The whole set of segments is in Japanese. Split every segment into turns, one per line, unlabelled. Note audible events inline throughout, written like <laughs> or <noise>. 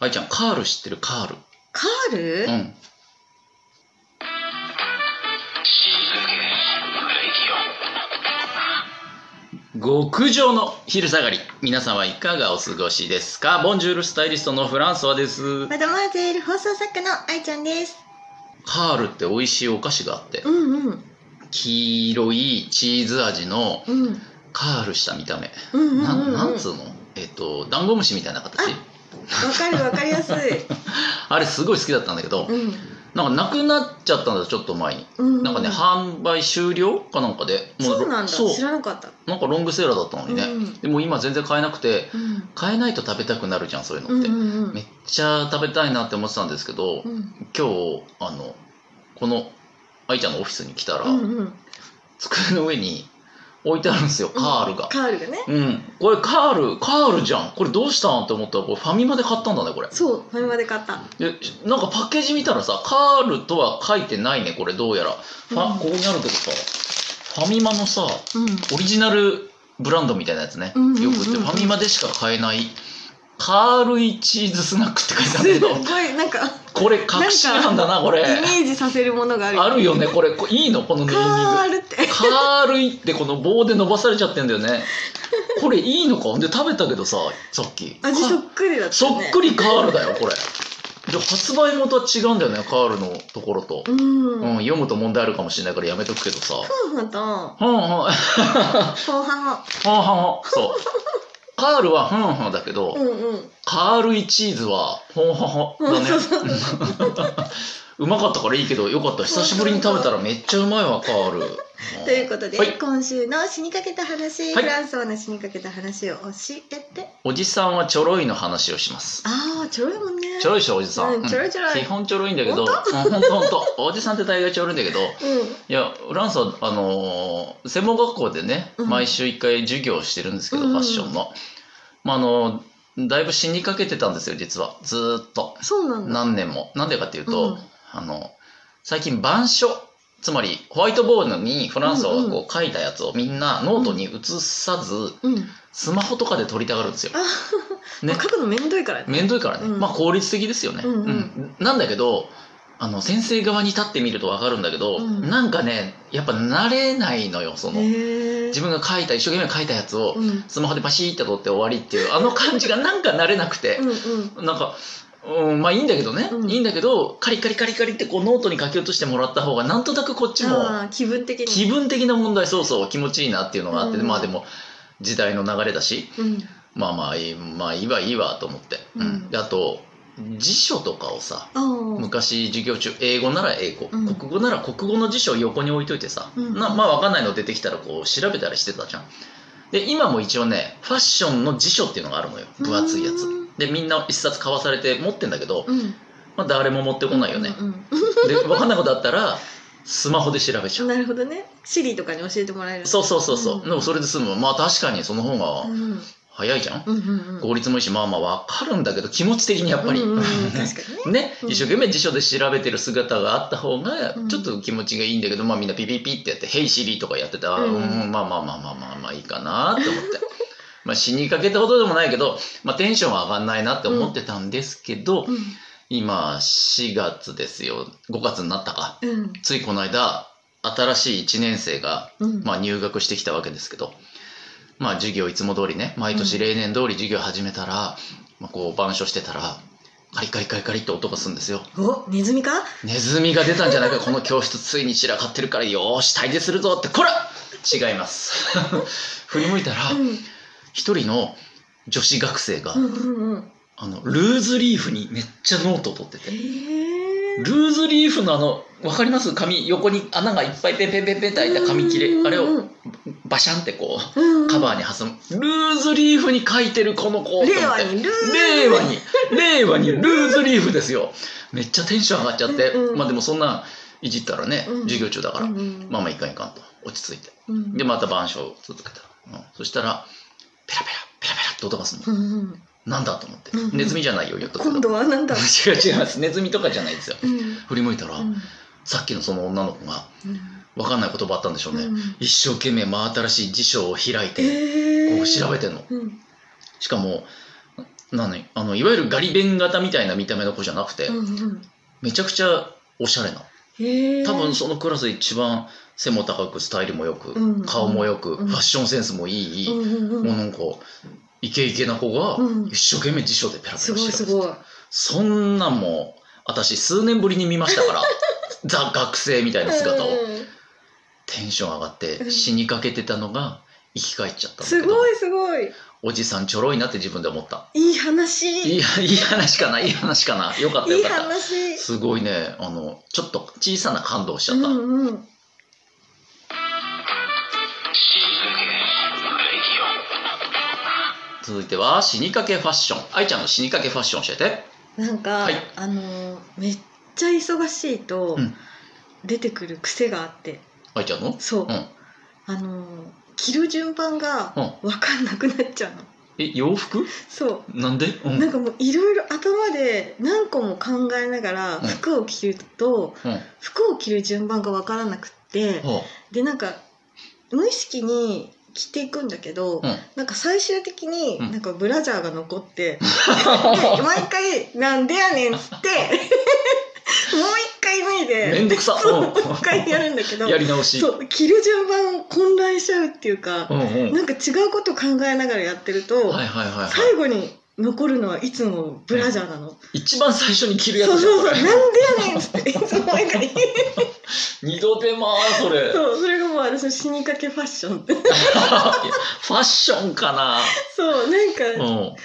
愛ちゃん、カール知ってるカール。
カール、
うん。極上の昼下がり。皆様いかがお過ごしですかボンジュールスタイリストのフランソワです。
マドマーゼール放送作家の愛ちゃんです。
カールって美味しいお菓子があって、
うんうん。
黄色いチーズ味の
うん。うん
カールした見た目。
うんうん、
な
うん。
なんつうのえっと、ダンゴムシみたいな形
わかるわかりや
<laughs>
すい。
あれすごい好きだったんだけど、
うん。
なんかなくなっちゃったんだよちょっと前に。
うん、
なんかね、販売終了かなんかでも
そうなんだ。
そう
知らなかった。
なんかロングセーラーだったのにね、
うん
でも今全然買えなくて
うん。
買えないと食べたくなるじゃんそういうの
う
っ
ん
て、
うんうん
めっちゃ食べたいなって思ってたんですけど、
うん
今日あのこの愛ちゃんのオフィスに来たら、
うんうん。
机の上に置いてあるんですよカールが、
カールがね。
うんこれカールカールじゃんこれどうしたんって思ったらこれファミマで買ったんだねこれ
そう、ファミマで買った。
でなんかパッケージ見たらさカールとは書いてないねこれどうやらファ、
うん
ここにあるけどさファミマのさ
うん。
オリジナルブランドみたいなやつね、
うんうんうんうん
よく売ってるファミマでしか買えない軽いチーズスナックって書いてあるん
す <laughs>
だけ
ごい、なんか、
どこれ隠しなんだなこ
イ
れ
メージさせるものがある。
あるよねこれこいいのこのネーミ
カ
ン
ー
グ
ルって。
軽いってこの棒で伸ばされちゃってんだよねこれいいのかで食べたけどささっき
味そっくりだった、ね。
そっくりカールだよこれで発売元は違うんだよねカールのところと、
うん。
うん、読むと問題あるかもしれないからやめとくけどさ
ふんふんと、
はんはんは
後半を。
んはんはんそう
<laughs>
カールはふんふんだけど、
うんうん。
カールイチーズはほんほんほんだ
<laughs>
ねうまかったからいいけどよかった久しぶりに食べたらめっちゃうまいわカール
ということで、
はい
今週の死にかけた話、
はい
フランソワの死にかけた話を教えて。
おじさんはちょろいの話をします
ああ、ちょろいもんね。
ちょろいでしょおじさん、
うんちょろいちょろい
基本ちょろいんだけどうんほんとほんとおじさんって大概ちょろいんだけど
うん。
いやフランスはあのー専門学校でね、
うん
毎週一回授業をしてるんですけど、
うん
ファッションの、まあ、あのだいぶ死にかけてたんですよ実はずーっと
そうなんだ。
何年もなんでかっていうと、
うん
あの最近板書つまりホワイトボードにフランスはこう書いたやつをみんなノートに写さず
うん。
スマホとかで撮りたがるんですよ
あ。
ね
ね、書くのめんどいからね。
めんどいからね、
うん
まあ効率的ですよね、
うんうん
なんだけどあの先生側に立ってみると分かるんだけど、
うん
なんかねやっぱ慣れないのよその
へえ。
自分が書いた一生懸命書いたやつを
うん。うん
スマホでパシーって撮って終わりっていうあの感じがなんか慣れなくて、
うん。
なんか、うん、まあいいんだけどね、
うん
いいんだけどカリカリカリカリってこうノートに書き落としてもらった方がなんとなくこっちも
ああ、気分的に。
気分的な問題そうそう気持ちいいなっていうのがあって、
うん
まあでも時代の流れだし
うん。
まあまあいいまあいいわいいわと思って、
うん
であと辞書とかをさ
ああ。うん
昔授業中英語なら英語、
うん
国語なら国語の辞書を横に置いといてさ、
うん
なまあ分かんないの出てきたらこう調べたりしてたじゃんで今も一応ねファッションの辞書っていうのがあるのよ分厚いやつ
うん
でみんな一冊買わされて持ってんだけど、
うん。
まあ、誰も持ってこないよね、
うん
で分かんないことあったらスマホで調べち
う
ゃ
ん。
う
なるほどね。シリとかに教えてもらえる。
そうそうそうそう、
うん
でもそれで済むまあ確かにその方
う
が
ん。うん
早いじゃん、
うんうん。
効率もいいしまあまあ分かるんだけど気持ち的にやっぱり、
うん
<laughs>
うんうん確かにね。
ね、
うん
一生懸命辞書で調べてる姿があった方が
うん
ちょっと気持ちがいいんだけど、まあみんなピピピってやって「ヘイシリ」とかやってたら、
うん
うんまあまあまあまあまあまあいいかなって思ってまあ死にかけたほどでもないけど、まあ、テンションは上がんないなって思ってたんですけど、今4月ですよ5月になったか
うん。うん。
ついこの間新しい1年生が、
うん。
まあ、入学してきたわけですけど、まあ、授業いつも通りね毎年例年通り授業始めたら、まあ、こう板書してたらカリカリカリカリって音がするんですよ。
お、ネズミか。
ネズミが出たんじゃないかこの教室ついに散らかってるからよーし退治するぞってこら違います <laughs> 振り向いたら
うん。
一人の女子学生が、
うんうんうん。
あのルーズリーフにめっちゃノートを取ってて
へえ。
ルーズリーフのあのわかります紙横に穴がいっぱいペンペンペンペンって開いた紙切
うんうんう
れ
ん
あれをバシャンってこ
うんう
うんカバーに挟むルーズリーフに書いてるこの子と思って
令和にルーズ
令和に令和にルーズリーフですよめっちゃテンション上がっちゃって、
うんうん
まあでもそんなんいじったらね、
うん
授業中だから、
うんうん
まあまあいかんいかんと落ち着いて
うん
でまた板書を続けた、うんそしたらペラペラペラペラって音がするの、
うんうん
なんだと思って、
うんうん
ネズミじゃないよ言っとくけど
今度はなんだ。
<laughs> 違う違いますネズミとかじゃないですよ
うん
振り向いたら、
うん
さっきのその女の子が
うん
分かんない言葉あったんでしょうね、
うん
一生懸命真新しい辞書を開いて、
ええ。
こう調べてんの
うん
しかもなのにあのいわゆるガリ弁型みたいな見た目の子じゃなくて、
うんうん
めちゃくちゃおしゃれな
へえ
多分そのクラスで一番背も高くスタイルもよく、
うん
顔もよく、
うん
ファッションセンスもいい、
うんうんう
もうんなんかイケイケな子が
うん
一生懸命辞書でペラペラ調
す
べ
ごい
て
す
た
ごい
そんなんもう私数年ぶりに見ましたから
<laughs>
ザ学生みたいな姿を
うん
テンション上がっ
う
て
ん
死にかけてたのが生き返っちゃったんだ
す
けど
ごいすごい
おじさんちょろいなって自分で思った
いい話
いやいい話かないい話かなよかった
い
よ
い
かった
話
すごいねあのちょっと小さな感動しちゃった、
うんうん
続いては死にかけファッション愛ちゃんの死にかけファッション教えて
なんか、
はい
あのめっちゃ忙しいと
うん
出てくる癖があって、
愛ちゃんの
そう、
うん
あの着る順番が
うん
分かんなくなっちゃうの
え洋服
そ
なんで、う
うんなんかもういろいろ頭で何個も考えながら
うん
服を着ると、
うん
服を着る順番が分からなくって、
は
でなんか無意識に着ていくんだけ
う
ど、
ん
なんか最終的に
うん
なんかブラジャーが残
<laughs>
って、で
あ
毎回「なんでやねん」っつって <laughs> もう一回脱いで
めんどくさ
そ
う
う
ん
もう一回やるんだけど
やり直し
そう着る順番を混乱しちゃうっていうか
う、んうん
なんか違うこと考えながらやってると、
はいはいはい、は
最後に残るのはいつもブラジャーなの、
い、一番最初に着るや
そう
つじゃん
そうそう「
こ
なんで
れ
やねん」っつっていつもなんか
二度手間それいや <laughs>
そうそれがもう私の死にかけファッション
ファッションかな
そうなんか、なんで
うん
お前また残ってるん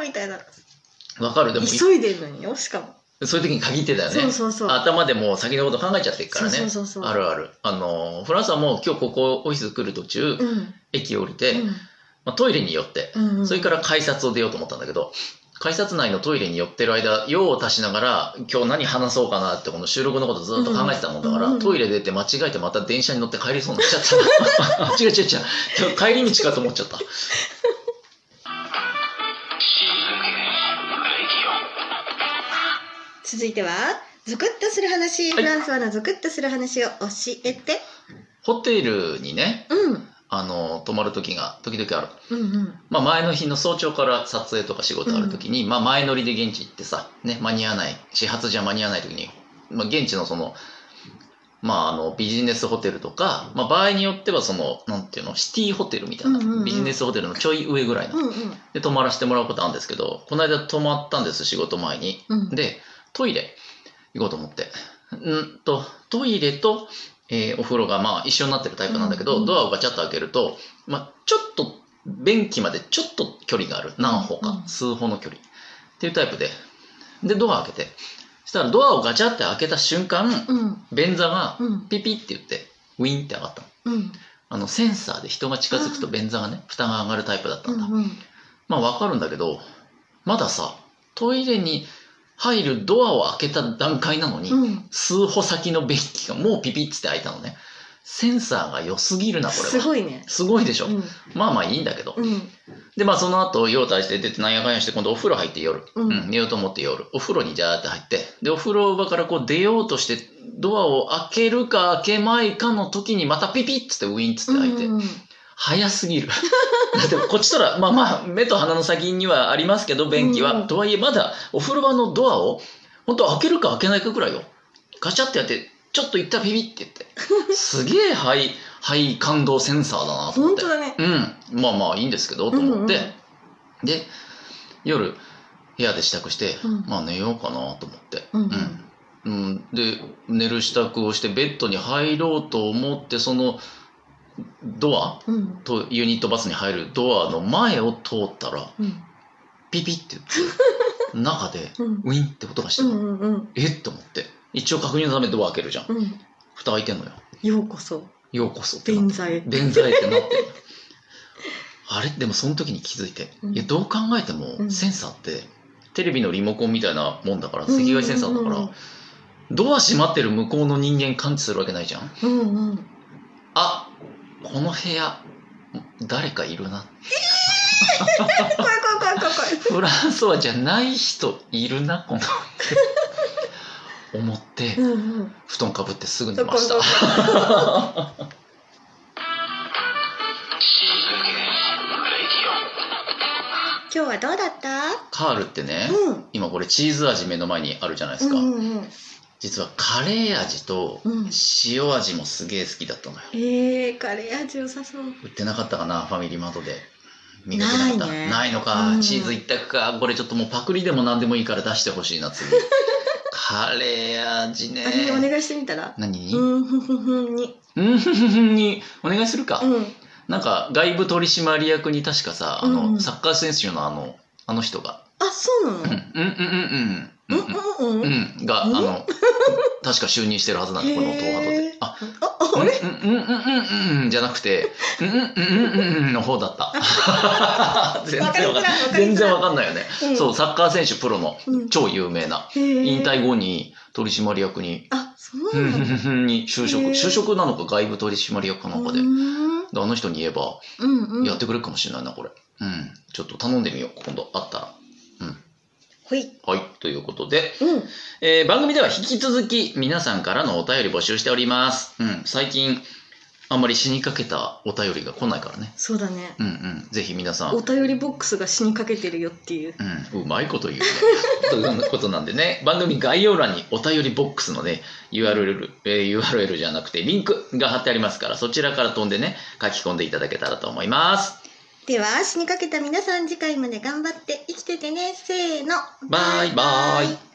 だみたいな
わかるでも
急いでるのによしかも、
そういう時に限ってだよね
そうそうそう
頭でもう先のこと考えちゃってるからね
そうそうそうそう
あるあるあのフランスはもう今日ここオフィス来る途中、
うんうん
駅降りて、まあ、トイレに寄って、
うんうん
それから改札を出ようと思ったんだけど改札内のトイレに寄ってる間用を足しながら今日何話そうかなってこの収録のことずっと考えてたもんだから、
うんうん
トイレ出て間違えてまた電車に乗って帰りそうになっちゃった <laughs> 違う違う違う今日帰り道かと思っちゃった
続いてはゾクッとする話、
はい
フランスはのゾクッとする話を教えて
ホテルにね
うん
あの泊まる時が時々ある
うんうん
まあ、前の日の早朝から撮影とか仕事ある時に、まあ、前乗りで現地行ってさ、ね、間に合わない始発じゃ間に合わない時に、まあ、現地のその,、まあ、あのビジネスホテルとか、まあ、場合によってはそのなんていうのシティホテルみたいな、
うんうんうん
ビジネスホテルのちょい上ぐらいの、
うんうん
で泊まらせてもらうことあるんですけどこの間泊まったんです仕事前に
うん
でトイレ行こうと思ってうんとトイレと、えーお風呂がまあ一緒になってるタイプなんだけど、
うんうん
ドアをガチャッと開けると、まあ、ちょっと便器までちょっと距離がある何歩か、
うんうん
数歩の距離っていうタイプででドア開けてそしたらドアをガチャって開けた瞬間
うん
便座が
うん
ピピって言ってウィンって上がったの
うん
あのセンサーで人が近づくと便座がね蓋が上がるタイプだったんだ、
うん
まあわかるんだけど、まださ、トイレに入るドアを開けた段階なのに、
うん
数歩先の便器がもうピピッつって開いたのね。センサーが良すぎるな、これは。
すごいね
すごいでしょ、
うん
まあまあいいんだけど。
うん
で、まあその後、用足して出てなんやかんやして、今度お風呂入って夜。
う
うんん、寝ようと思って夜。お風呂にジャーって入って。で、お風呂場からこう出ようとして、ドアを開けるか開けまいかの時にまたピピッつってウィンっつって開いて。
うん
早すぎる <laughs> だってこっちとらまあまあ目と鼻の先にはありますけど便器は、
うん
とはいえまだお風呂場のドアを本当開けるか開けないかぐらいよガチャってやってちょっと一旦ビビって言ってすげえ肺 <laughs> 肺感動センサーだなと思
本
って
当だね
うんまあまあいいんですけどと思って、で夜部屋で支度して、
うん
まあ寝ようかなと思って、
うん
うん、で寝る支度をしてベッドに入ろうと思ってそのドア
うんうん
とユニットバスに入るドアの前を通ったら
うん
ピピって言って中で
うん
ウィンって音がして
う
る、
んうんうん
えっと思って一応確認のためドア開けるじゃん
うん
蓋開いてんのよ
ようこそ
ようこそってなっ
便
て
座へ
便座へってな
<laughs>
ってあれでもその時に気づいて、
うん
いやどう考えて
う
も
ん
センサーってテレビのリモコンみたいなもんだから赤外センサーだから、
うん
ドア閉まってる向こうの人間感知するわけないじゃん
うんうん
あこの部屋誰かいるな
怖い怖い怖い怖い怖い
フランソワじゃない人いるなこのって思って
うんうん
布団かぶってすぐ
そ
寝
う
まし
そう
た
そう <laughs> 今日はどうだった
カールってね、
うん
今これチーズ味目の前にあるじゃないですか、
うんうんうん
実はカレー味と
うん
塩味もすげえ好きだったのよ
えー、カレー味良さそう
売ってなかったかなファミリーマートで見かけなかった
ないね
のか、
うん
チーズ一択かこれちょっともうパクリでも何でもいいから出してほしいな
<laughs>
次カレー味ね
あれお願いしてみたら
何 <laughs> に
うんふんふんふんに
うんふふふにお願いするか、
うん
なんか外部取締役に確かさあの、
うん
サッカー選手のあのあの人が
あそうなの
うんうんうんうんうん
うんうん
う
うん
んうんがあ
うん
の確か就任してるはずなんだこの東波とで
へー
あ
ああれ
うんうんうんうんうんうんじゃなくてうんうんうんうんうんの方だった
<laughs>
全
わかり
然
づ
わからんない
いわかり
全然
づらい
わかんないよね、
うん
そうサッカー選手プロの
うん
超有名な、
へー
引退後に取締役に
あそう
う
なんの
うんうんうんに就職
へー
就職なのか外部取締役かなんかで
う
で
ん
あの人に言えば
うんうん
やってくれるかもしれないなこれうんちょっと頼んでみよう今度あったら
ほい
はいということで、
うん
えー番組では引き続き皆さんからのお便り募集しておりますうん最近あんまり死にかけたお便りが来ないからね
そうだね
うんうんぜひ皆さん
お便りボックスが死にかけてるよっていう
うん、うまいこと言うね。 <laughs> ということなんでね、番組概要欄にお便りボックスのね、URL、えー URL じゃなくてリンクが貼ってありますから、そちらから飛んでね、書き込んでいただけたらと思います。
では死にかけた皆さん次回まで頑張って生きててねせーの
バイバイ